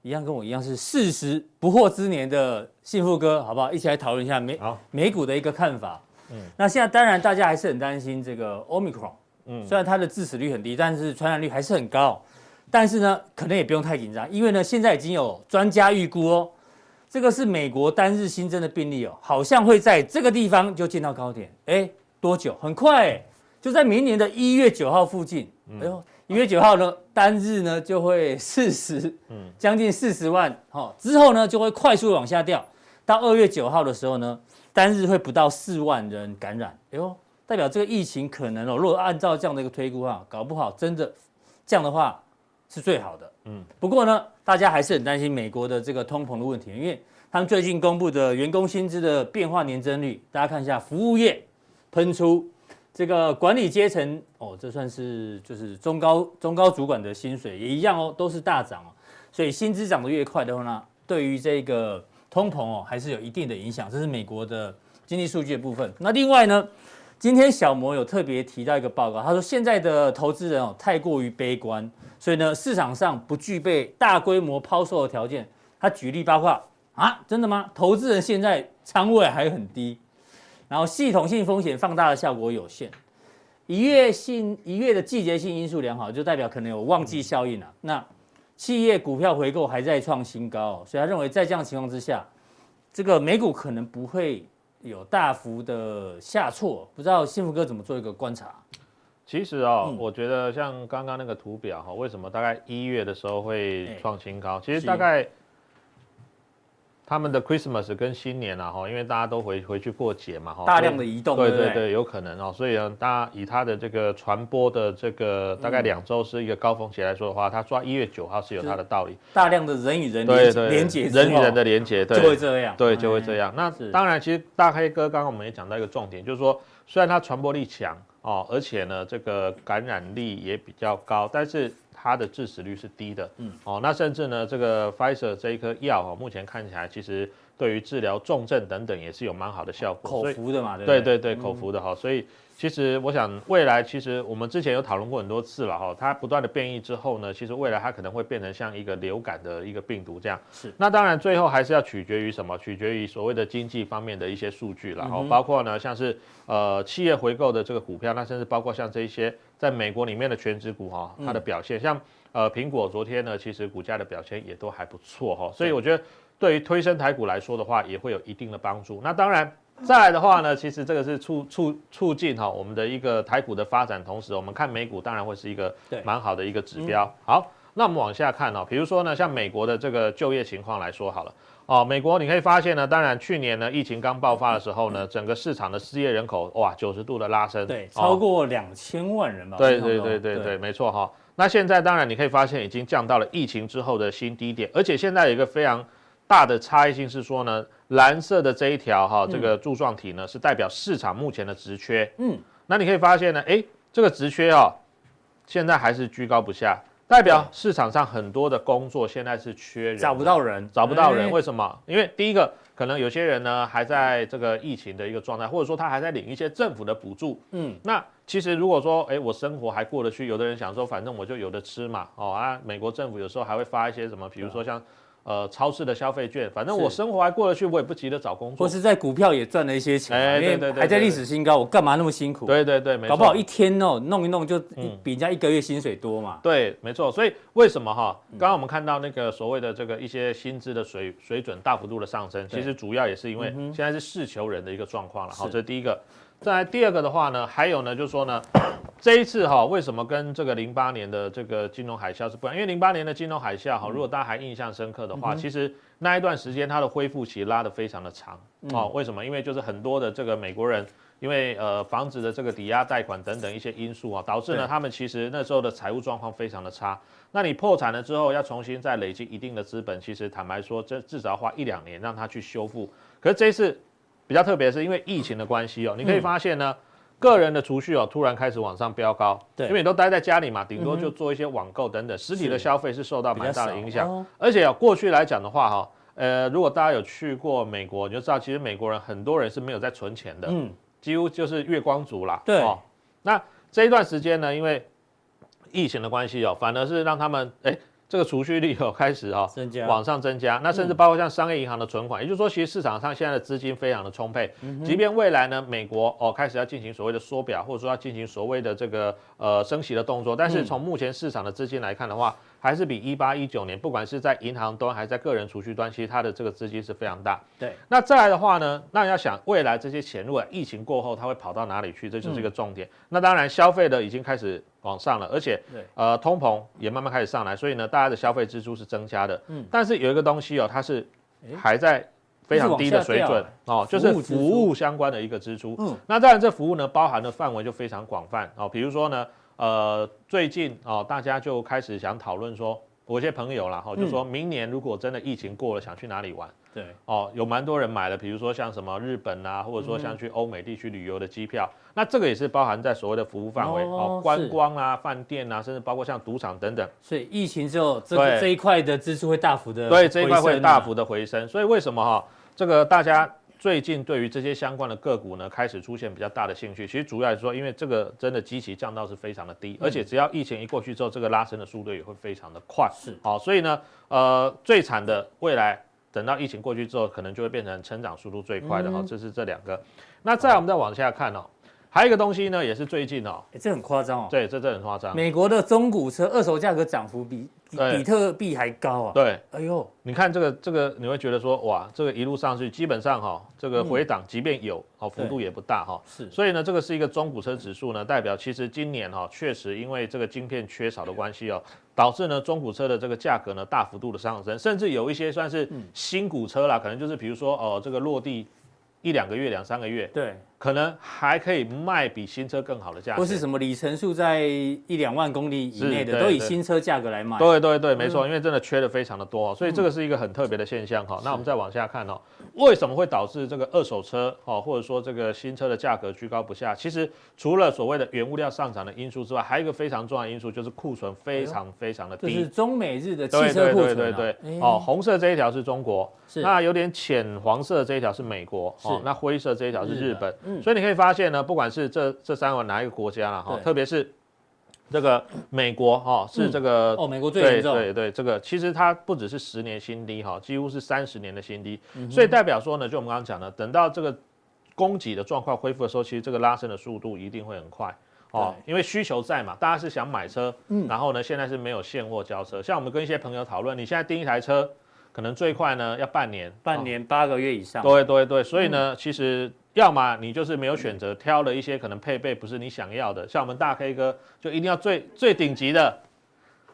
A: 一样，跟我一样是四十不惑之年的幸福哥，好不好？一起来讨论一下美
C: 好
A: 美股的一个看法。嗯，那现在当然大家还是很担心这个 omicron。虽然它的致死率很低，但是传染率还是很高。但是呢，可能也不用太紧张，因为呢，现在已经有专家预估哦，这个是美国单日新增的病例哦，好像会在这个地方就见到高点。哎，多久？很快哎，就在明年的一月九号附近。哎呦，一月九号呢，单日呢就会四十，将近四十万。哦，之后呢就会快速地往下掉，到二月九号的时候呢，单日会不到四万人感染。哎呦，代表这个疫情可能哦，如果按照这样的一个推估啊，搞不好真的这样的话是最好的。嗯，不过呢，大家还是很担心美国的这个通膨的问题，因为他们最近公布的员工薪资的变化年增率，大家看一下，服务业喷出这个管理阶层哦，这算是就是中高中高主管的薪水也一样哦，都是大涨哦。所以薪资涨得越快的话呢，对于这个通膨哦，还是有一定的影响。这是美国的经济数据的部分。那另外呢，今天小摩有特别提到一个报告，他说现在的投资人哦太过于悲观，所以呢市场上不具备大规模抛售的条件。他举例包括啊，真的吗？投资人现在仓位还很低，然后系统性风险放大的效果有限。一月性一月的季节性因素良好，就代表可能有旺季效应啊。那企业股票回购还在创新高、哦，所以他认为在这样情况之下，这个美股可能不会有大幅的下挫。不知道幸福哥怎么做一个观察？
C: 其实啊、哦
A: 嗯
C: 我觉得像刚刚那个图表哈、为什么大概一月的时候
A: 哎
C: 会创新高？其实
A: 是
C: 大概他们的 Christmas 跟新年啊哈，因为大家都回回去过节嘛哈，
A: 大量
C: 所
A: 的
C: 以
A: 移动，
C: 哦对
A: 不
C: 对对，有可能哦。所以呢，大家以它的这个传播的这个大概
A: 嗯
C: 两周是一个高峰期来说的话，它抓一月九号是有它的道理。
A: 大量的人与人
C: 对
A: 连
C: 对，
A: 连接之后，
C: 人与人的连接，对
A: 就会这样，
C: 对，就会这
A: 样。
C: 样。那
A: 是
C: 当然，其实大黑哥刚刚我们也讲到一个重点，就是说虽然它传播力强哦，而且呢这个感染力也比较高，但是它的致死率是低的。
A: 嗯
C: 嗯，哦，那甚至呢这个 Pfizer 这一颗药哦，目前看起来其实对于治疗重症等等也是有蛮好的效果，
A: 哎口
C: 所以
A: 服的嘛，对不嗯
C: 对
A: 对
C: 对对，口服的哈，所以其实我想未来其实我们之前有讨论过很多次了哈，它不断的变异之后呢，其实未来它可能会变成像一个流感的一个病毒这样。
A: 是
C: 那当然最后还是要取决于什么？取决于所谓的经济方面的一些数据了
A: 嗯
C: 哈，包括呢像是呃企业回购的这个股票，那甚至包括像这一些在美国里面的全职股
A: 嗯
C: 哈，它的表现像。呃，苹果昨天呢，其实股价的表现也都还不错哈、所以我觉得对于推升台股来说的话，也会有一定的帮助。那当然，再来的话呢，其实这个是促促促进哈、我们的一个台股的发展，同时我们看美股当然会是一个
A: 对嗯
C: 蛮好的一个指标。好，那我们往下看哦，比如说呢，像美国的这个就业情况来说好了。哦，美国你可以发现呢，当然去年呢疫情刚爆发的时候呢，整个市场的失业人口哇九十度的拉升，
A: 嗯对，
C: 哦
A: 超过两千万人吧？
C: 对
A: 我印
C: 对
A: 象中
C: 对对对，，没错哈、那现在当然你可以发现已经降到了疫情之后的新低点，而且现在有一个非常大的差异性是说呢，蓝色的这一条哈、这个柱状体呢是代表市场目前的职缺。
A: 嗯
C: 嗯，那你可以发现呢，诶，这个职缺哦，现在还是居高不下，代表市场上很多的工作现在是缺人的，
A: 找不到人，
C: 找不到人，
A: 哎
C: 为什么？因为第一个，可能有些人呢还在这个疫情的一个状态，或者说他还在领一些政府的补助。
A: 嗯，
C: 那其实如果说，哎，我生活还过得去，有的人想说，反正我就有的吃嘛，哦啊，美国政府有时候还会发一些什么，比如说像。呃，超市的消费券，反正
A: 啊是
C: 我生活还过得去，我也不急着找工作
A: 或。是在股票也赚了一些钱嘛，
C: 哎
A: 因
C: 对对
A: 为
C: 对对
A: 还在历史新高，我干嘛那么辛苦？
C: 对对对，没错。
A: 搞不好一天哦弄一弄就一
C: 嗯
A: 比人家一个月薪水多嘛。
C: 对，没错。所以为什么哈？刚刚我们看到那个所谓的这个一些薪资的水水准大幅度的上升，
A: 对
C: 其实主要也是因为
A: 嗯哼
C: 现在是事求人的一个状况了。好，
A: 是
C: 这是第一个。再来第二个的话呢，还有呢，就是说呢，这一次哈，为什么跟这个零八年的这个金融海啸是不一样？因为零八年的金融海啸
A: 嗯
C: 哈，如果大家还印象深刻的话，其实那一段时间它的恢复期拉得非常的长
A: 嗯
C: 哦。为什么？因为就是很多的这个美国人。因为呃房子的这个抵押贷款等等一些因素啊，导致
A: 对
C: 呢他们其实那时候的财务状况非常的差。那你破产了之后，要重新再累积一定的资本，其实坦白说，这至少要花一两年让它去修复。可是这一次比较特别，是因为疫情的关系哦，
A: 嗯
C: 你可以发现呢。个人的储蓄哦，突然开始往上飙高，
A: 对
C: 因为你都待在家里嘛，顶多就做一些网购等等，实体的
A: 是
C: 消费是受到
A: 比较
C: 嗯蛮大
A: 少
C: 的影响。
A: 哦
C: 而且、哦、过去来讲的话、哈，呃，如果大家有去过美国，你就知道，其实美国人很多人是没有在存钱的，
A: 嗯，
C: 几乎就是月光族啦。哦
A: 对
C: 那这一段时间呢，因为疫情的关系哦，反而是让他们哎这个储蓄率哦开始哦
A: 增加嗯
C: 往上增加，那甚至包括像商业银行的存款，也就是说，其实市场上现在的资金非常的充沛，
A: 嗯
C: 即便未来呢，美国哦开始要进行所谓的缩表，或者说要进行所谓的这个呃升息的动作，
A: 嗯
C: 但是从目前市场的资金来看的话，还是比一八一九年，不管是在银行端还是在个人储蓄端，其实它的这个资金是非常大。
A: 对，
C: 那再来的话呢，那要想未来这些钱如果疫情过后，它会跑到哪里去，这就是一个重点。那当然，消费的已经开始往上了，而且
A: 嗯对
C: 呃通膨也慢慢开始上来，所以呢，大家的消费支出是增加的。
A: 嗯
C: 但是有一个东西哦，它是
A: 诶
C: 还在。非常低的水
A: 一直往
C: 准
A: 下服
C: 哦，就
A: 务
C: 是
A: 支出
C: 服务相关的一个支出。
A: 嗯
C: 那当然这服务呢，包含的范围就非常广泛哦。比如说呢，呃，最近哦，大家就开始想讨论说，我一些朋友啦，哈，就说
A: 嗯
C: 明年如果真的疫情过了，想去哪里玩？
A: 对，
C: 哦，有蛮多人买的，比如说像什么日本啊，或者说像去欧美地区旅游的机票，那这个也是包含在所谓的服务范围
A: 哦
C: 哦，观光啊、饭店啊，甚至包括像赌场等等，
A: 所以疫情之后，这个
C: 对
A: 这一块的支出会大幅的，啊
C: 所以这一块会大。幅的回升。所以为什么哈、这个大家最近对于这些相关的个股呢，开始出现比较大的兴趣？其实主要来说，因为这个真的基期降到是非常的低，
A: 嗯
C: 而且只要疫情一过去之后，这个拉升的速度也会非常的快。
A: 是
C: 好、所以呢，呃，最惨的未来。等到疫情过去之后，可能就会变成成长速度最快的哈、
A: 嗯
C: 这是这两个。那再来我们再往下看哦，还有一个东西呢，也是最近哦，
A: 诶这很夸张哦。
C: 对，这这很夸张，
A: 美国的中古车二手价格涨幅比比
C: 对
A: 比特币还高啊！
C: 对，
A: 哎呦，
C: 你看这个这个，你会觉得说哇，这个一路上去，基本上哈、这个回档即便有，哦，幅度也不大哈、
A: 是
C: 所以呢，这个是一个中古车指数呢，代表其实今年哈、确实因为这个晶片缺少的关系哦，导致呢中古车的这个价格呢大幅度的上升，甚至有一些算是新古车啦，可能就是比如说哦、这个落地一两个月、两三个月，
A: 对，
C: 可能还可以卖比新车更好的价钱。
A: 或是什么里程数在一两万公里以内的，
C: 是对
A: 都以
C: 对
A: 新车价格来卖。
C: 对对对，没
A: 嗯
C: 错，因为真的缺的非常的多、哦，所以这个是一个很特别的现象哈、那我们再往下看哦，为什么会导致这个二手车哦，或者说这个新车的价格居高不下？其实除了所谓的原物料上涨的因素之外，还有一个非常重要的因素就是库存非常非常的
A: 就
C: 低。
A: 哎是中美日的汽
C: 对
A: 车
C: 对
A: 库
C: 对
A: 存
C: 对
A: 啊。
C: 对，
A: 哎
C: 哦，，红色这一条是中国，
A: 是
C: 那有点浅黄色的这一条是美国，
A: 是，
C: 哦那灰色这一条是
A: 日
C: 日
A: 本嗯
C: 本，所以你可以发现呢，不管是这这三个哪一个国家啦，哈、
A: 对
C: 特别是这个美国哈、哦，是这个、
A: 哦，美国最严重。
C: 对对对，这个其实它不只是十年新低哈，几乎是三十年的新低，
A: 嗯
C: 所以代表说呢，就我们刚刚讲的，等到这个供给的状况恢复的时候，其实这个拉升的速度一定会很快。哦，因为需求在嘛，大家是想买车，
A: 嗯
C: 然后呢，现在是没有现货交车。像我们跟一些朋友讨论，你现在订一台车，可能最快呢要半年，哦
A: 半年八个月以上。
C: 对对对，所以
A: 嗯
C: 呢，其实要么你就是没有选择，挑了一些可能配备不是你想要的，像我们大 K 哥就一定要最最顶级的。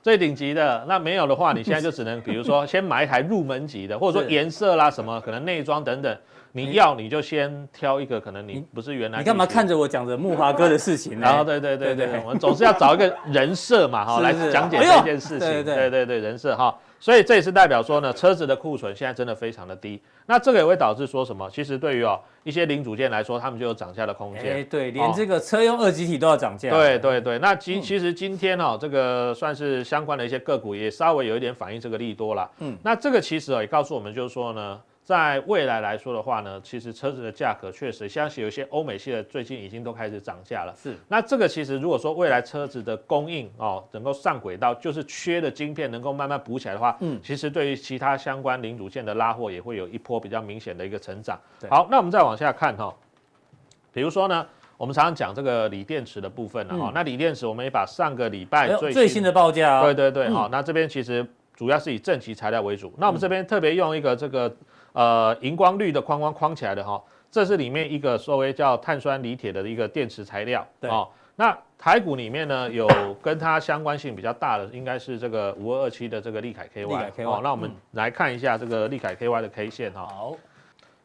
C: 最顶级的那没有的话，你现在就只能比如说先买一台入门级的，或者说
A: 是哎
C: 颜色啦什么，可能内装等等，你要你就先挑一个，可能你不是原来
A: 你干嘛
C: 预期
A: 看着我讲着木华哥的事情呢？
C: 然后对对
A: 对
C: 对对
A: 哎对
C: 对，我们总是要找一个人设嘛哈，
A: 是
C: 来
A: 是
C: 讲解
A: 哎呦
C: 这件事情。
A: 对对
C: 对对对，人设哈，所以这也是代表说呢，车子的库存现在真的非常的低。那这个也会导致说什么？其实对于哦一些零组件来说，他们就有涨价的空间
A: 哎，。啊对，连
C: 哦
A: 这个车用二级体都要涨价。
C: 对对对，那
A: 嗯
C: 其其实今天哦，这个算是相关的一些个股也稍微有一点反映这个利多啦。
A: 嗯
C: 嗯，那这个其实哦也告诉我们，就是说呢，在未来来说的话呢，其实车子的价格确实，像是有一些欧美系的最近已经都开始涨价了。
A: 是，
C: 那这个其实如果说未来车子的供应哦能够上轨道，就是缺的晶片能够慢慢补起来的话，
A: 嗯
C: 嗯，其实对于其他相关零组件的拉货也会有一波比较明显的一个成长
A: 对。
C: 好，那我们再往下看哈、比如说呢，我们常常讲这个锂电池的部分了哈、
A: 嗯
C: 那锂电池我们也把上个礼
A: 哎
C: 拜
A: 呦
C: 最
A: 最新的报价
C: 对
A: 啊，
C: 对对，好、那这边其实主要是以正极材料为主。那我
A: 嗯
C: 们这边特别用一个这个呃荧光绿的框框框起来的哈、这是里面一个稍微叫碳酸锂铁的一个电池材料。
A: 对
C: 哦，那台股里面呢有跟它相关性比较大的，应该是这个五二二七的这个利凯 KY。
A: 利凯嗯 KY
C: 哦，那我们来看一下这个利凯 KY 的 K 线哈、
A: 好，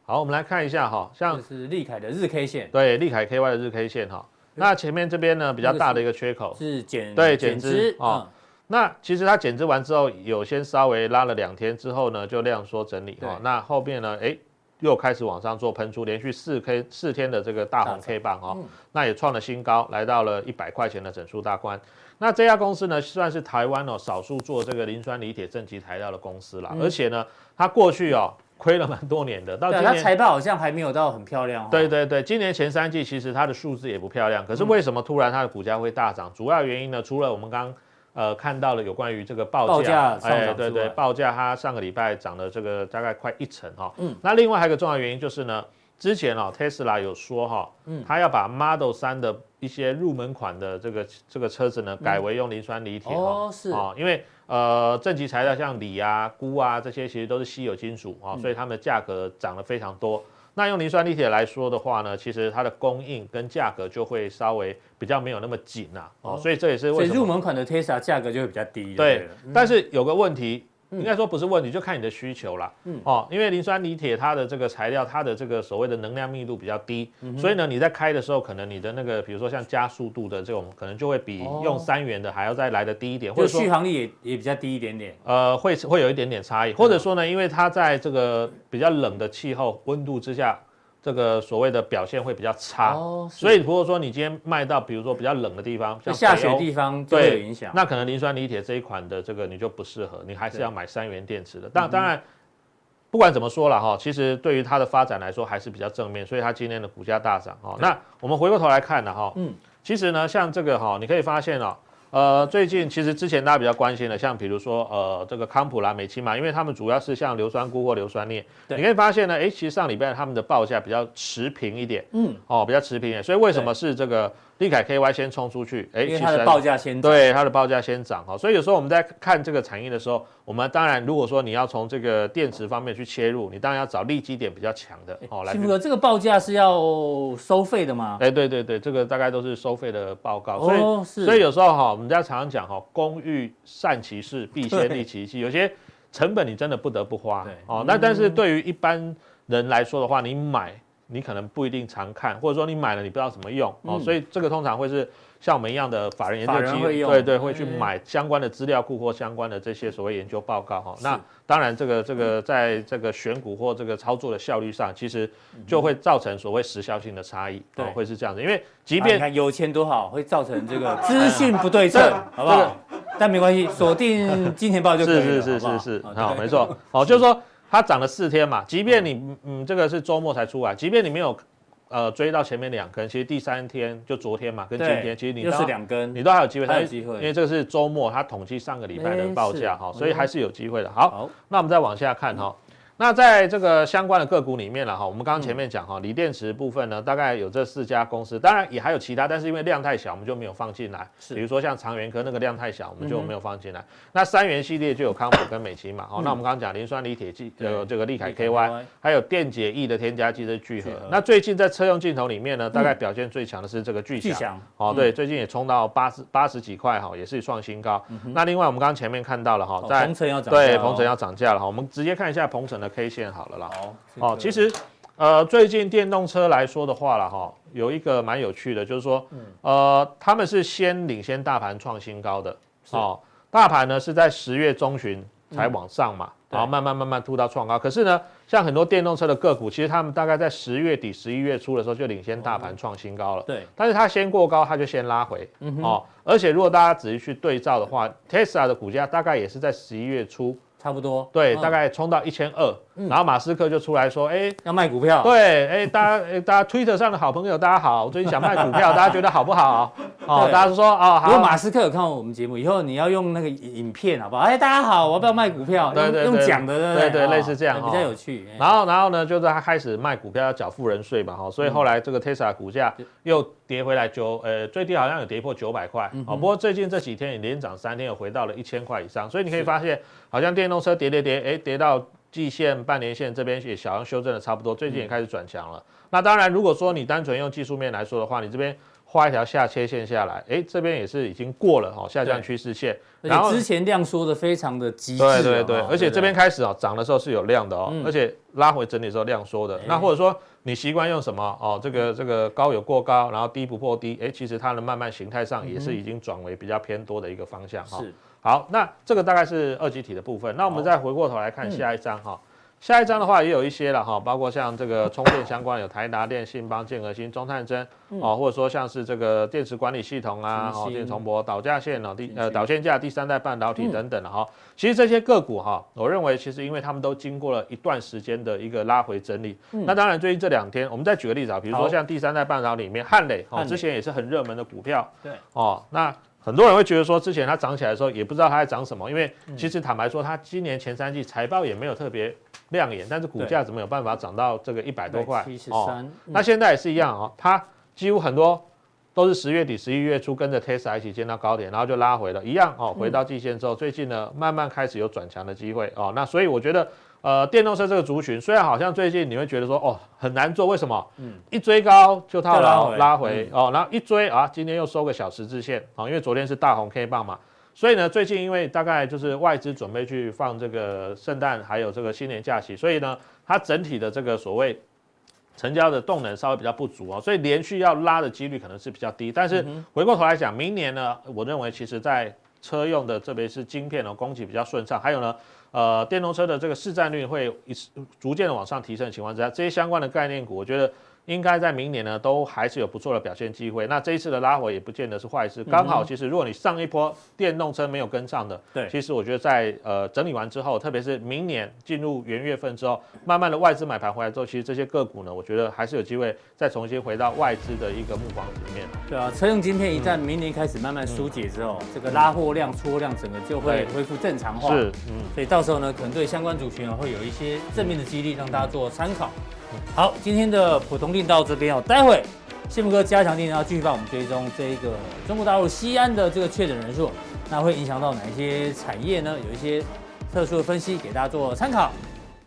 C: 好，我们来看一下哈、像
A: 这是利凯的日 K 线，
C: 对利凯 KY 的日 K 线哈、那前面这边呢比较大的一个缺口，
A: 是减
C: 对减资
A: 资嗯
C: 哦，那其实它减资完之后，有先稍微拉了两天之后呢，就量缩整理
A: 对
C: 哈、那后面呢，哎，又开始往上做喷出，连续四 K 四天的这个大红
A: 大涨
C: K 棒哦，
A: 嗯
C: 那也创了新高，来到了一百块钱的整数大关。那这家公司呢，算是台湾哦少数做这个磷酸锂铁正极材料的公司啦，而且呢，它过去哦亏了蛮多年的，到
A: 嗯，
C: 今
A: 对，它
C: 年
A: 财报好像还没有到很漂亮哦。
C: 对对对，今年前三季其实它的数字也不漂亮，可
A: 嗯
C: 是为什么突然它的股价会大涨？主要原因呢，除了我们刚呃看到了有关于这个报价，
A: 报价上涨之外
C: 哎，对对，报价它上个礼拜涨了这个大概快一成哈、嗯，那另外还有一个重要原因就是呢，之前哦，Tesla 有说哈、嗯，它要把 Model 3的一些入门款的这个这个车子呢，改为用磷酸锂铁哈、
A: 嗯哦是
C: 哦，因为呃，正极材料像锂啊、钴啊这些其实都是稀有金属
A: 嗯
C: 啊、哦，所以它们的价格涨得非常多。那用磷酸锂铁来说的话呢，其实它的供应跟价格就会稍微比较没有那么紧啊，哦，所以这也是
A: 所
C: 为
A: 以
C: 什
A: 入
C: 么
A: 门款的 Tesla 价格就会比较低。
C: 对
A: 了，嗯
C: 但是有个问题，应该说不是问题，就看你的需求啦。
A: 嗯
C: 哦，因为磷酸锂铁它的这个材料，它的这个所谓的能量密度比较低，
A: 嗯
C: 所以呢，你在开的时候，可能你的那个，比如说像加速度的这种，可能就会比
A: 哦
C: 用三元的还要再来的低一点，或
A: 就
C: 者说
A: 续航力也也比较低一点点。
C: 呃，会会有一点点差异，或者说呢，因为它在这个比较冷的气候温度之下，这个所谓的表现会比较差。
A: 哦是
C: 啊所以如果说你今天卖到比如说比较冷的地方，
A: 就
C: 像
A: 下
C: 北
A: 雪
C: 欧
A: 地方就会有
C: 对
A: 影响。
C: 那可能磷酸锂铁这一款的这个你就不适合，你还是要买三元电池的。
A: 嗯
C: 但当然，不管怎么说了哈，其实对于它的发展来说还是比较正面，所以它今天的股价大涨哈。那我们回过头来看呢哈，
A: 嗯
C: 嗯，其实呢，像这个哈，你可以发现哦。呃，最近其实之前大家比较关心的，像比如说呃这个康普啦、美琪玛，因为他们主要是像硫酸钴或硫酸镍，
A: 对
C: 你可以发现呢，哎，其实上礼拜他们的报价比较持平一点，
A: 嗯
C: 嗯，哦，比较持平一点，所以为什么是这个利凯 KY 先冲出去？哎，
A: 因
C: 其
A: 为
C: 实
A: 它的报价先涨，
C: 对它的报价先涨哈，所以有时候我们在看这个产业的时候，我们当然如果说你要从这个电池方面去切入，你当然要找利基点比较强的哦来
A: 幸
C: 去
A: 福。哎哥，这个报价是要收费的吗？
C: 哎，对对对，这个大概都是收费的报告，所以、
A: 哦，是，
C: 所以有时候哈，我们家常常讲哈，工欲善其事，必先利其器，有些成本你真的不得不花
A: 对嗯
C: 哦。那但是对于一般人来说的话，你买你可能不一定常看，或者说你买了你不知道怎么用哦，
A: 嗯
C: 所以这个通常会是像我们一样的法人研
A: 法
C: 究
A: 人
C: 机
A: 会用
C: 对对，会去
A: 嗯
C: 买相关的资料库或相关的这些所谓研究报告哈。
A: 嗯是嗯
C: 那当然，这个这个在这个选股或这个操作的效率上，其实就会造成所谓时效性的差异，
A: 嗯对
C: 哦会是这样子，因为即
A: 啊你
C: 便
A: 看有钱多好，会造成 这个资讯不对称，好不好？但没关系，锁定金钱豹就可以了，
C: 是是
A: 好不好
C: 是是是，
A: 好
C: 好，
A: 对
C: 没错，哦，就是说它涨了四天嘛，即便你嗯这个是周末才出来，即便你没有呃追到前面两根，其实第三天就昨天嘛，跟今
A: 对
C: 天其实你
A: 又
C: 都
A: 是两根，
C: 你都还有机会，
A: 还有
C: 它
A: 机会
C: 因为这个是周末，它统计上个礼拜的
A: 哎
C: 报
A: 是
C: 价哈，
A: 嗯
C: 所以还是有机会的。好，
A: 好，
C: 那我们再往下看哈。那在这个相关的个股里面了哈，我们刚刚前面讲哈，锂电池部分呢，大概有这四家公司，当然也还有其他，但是因为量太小，我们就没有放进来。
A: 是
C: 比如说像长源科那个量太小，我们就没有放进来。那三元系列就有康普跟美琪玛哈，那我们刚刚讲磷酸锂铁剂，
A: 对
C: 呃，这个嗯利凯 KY，还有电解液的添加剂的聚合
A: 聚合。
C: 那最近在车用镜头里面呢，大概表现最强的是这个巨
A: 巨
C: 响。
A: 响，
C: 哦，对，最近也冲到八十八十几块哈，也是创新高。那另外我们刚刚前面看到了哈
A: 哦，
C: 在
A: 鹏程要涨价哦，
C: 对，鹏程要涨价了哈，我们直接看一下鹏程的 K 线好了啦。
A: 好，这
C: 哦
A: 个，
C: 其实呃，最近电动车来说的话了哈，有一个蛮有趣的，就是说，
A: 嗯
C: 呃，他们是先领先大盘创新高的
A: 是嗯
C: 哦，大盘呢是在十月中旬才往上嘛，
A: 对
C: 然后慢慢慢慢突到创高。可是呢，像很多电动车的个股，其实他们大概在十月底、十一月初的时候就领先
A: 哦
C: 大盘创新高了。
A: 对，
C: 但是它先过高，它就先拉回、
A: 嗯
C: 哦。而且如果大家仔细去对照的话，Tesla 的股价大概也是在十一月初，
A: 差不多，
C: 对，
A: 嗯
C: 大概冲到一千二，然后马斯克就出来说，哎、
A: 要卖股票，
C: 对，哎，大家，哎，大家 Twitter 上的好朋友，大家好，我最近想卖 股票，大家觉得好不好？哦
A: 对，
C: 大家就说哦，
A: 如果
C: 好，
A: 马斯克有看我们节目，以后你要用那个影片，好不好？哎，大家好，我要不要卖股票？
C: 对
A: 用
C: 对
A: 用
C: 对
A: 讲的，对不
C: 对对
A: 哦
C: 类似这样
A: 比较
C: 哦
A: 有趣。哎
C: 然后，然后呢，就是他开始卖股票要缴富人税嘛，哈、所以后来这个 Tesla 股价又跌回来九，呃，最低好像有跌破九百块，哦，不过最近这几天也连涨三天，又回到了一千块以上，所以你可以发现，好像电动车跌跌跌，哎，跌到季线、半年线这边也小量修正的差不多，最近也开始转强了。那当然，如果说你单纯用技术面来说的话，你这边画一条下切线下来，哎，这边也是已经过了哦，下降趋势线，
A: 而
C: 然
A: 且
C: 后
A: 之前量缩的非常的极致哦，
C: 对对对，而且
A: 不
C: 这边开始哦，涨的时候是有量的哦
A: 嗯，哎
C: 而且拉回整理的时候量缩的。那或者说你习惯用什么哦？这
A: 嗯
C: 个这个高有过高，然后低不破低，哎，其实它的慢慢形态上也是已经转为比较偏多的一个方向哈。
A: 嗯是
C: 好，那这个大概是二级体的部分。那我们
A: 好嗯
C: 再回过头来看下一张哈。下一张的话也有一些了哈，包括像这个充电相关有台达电、信邦、建和新、中探针哦，或者说像是这个电池管理系统啊、
A: 中嗯
C: 哦
A: 兴
C: 电铜箔、导架线哦、第
A: 中
C: 呃
A: 兴嗯
C: 导线架、第三代半导体等等的哈。其实这些个股哈，我认为其实因为他们都经过了一段时间的一个拉回整理，那当然最近这两天我们再举个例子啊，比如
A: 嗯好
C: 说像第三代半导体里面汉磊
A: 汉
C: 哦，
A: 磊
C: 之前也是很热门的股票，
A: 对
C: 哦，那很多人会觉得说，之前它涨起来的时候也不知道它在涨什么，因为
A: 嗯
C: 其实坦白说，它今年前三季财报也没有特别亮眼，但是股价怎么有办法涨到这个一百多块？
A: 七十
C: 哦，
A: 三，嗯
C: 那现在也是一样哦，它几乎很多都是十月底、十一月初跟着 Tesla 一起见到高点，然后就拉回了，一样哦，回到季线
A: 嗯
C: 之后，最近呢慢慢开始有转强的机会哦。那所以我觉得。呃，电动车这个族群虽然好像最近你会觉得说哦很难做，为什么？
A: 嗯
C: 一追高就套牢
A: 再拉回嗯
C: 拉回哦，然后一追啊，今天又收个小十字线啊、哦，因为昨天是大红 K 棒嘛，所以呢，最近因为大概就是外资准备去放这个圣诞还有这个新年假期，所以呢，它整体的这个所谓成交的动能稍微比较不足哦，所以连续要拉的几率可能是比较低。但是
A: 嗯
C: 回过头来讲，明年呢，我认为其实在车用的，特别是晶片呢，供给比较顺畅，还有呢，呃，电动车的这个市占率会一直逐渐的往上提升的情况之下，这些相关的概念股，我觉得应该在明年呢都还是有不错的表现机会。那这一次的拉回也不见得是坏事，刚好其实如果你上一波电动车没有跟上的，
A: 对
C: 其实我觉得在呃整理完之后，特别是明年进入元月份之后，慢慢的外资买盘回来之后，其实这些个股呢，我觉得还是有机会再重新回到外资的一个目光里面。
A: 对啊，车用晶片一旦明年开始慢慢疏解之后，哦这个拉货量、出货量整个就会
C: 对
A: 恢复正常化。
C: 是，嗯。
A: 所以到时候呢，可能对相关族群啊会有一些正面的激励，让大家做参考。好，今天的普通令到这边哦，待会谢幕哥加强令要继续帮我们追踪这一个中国大陆西安的这个确诊人数，那会影响到哪一些产业呢？有一些特殊的分析给大家做参考。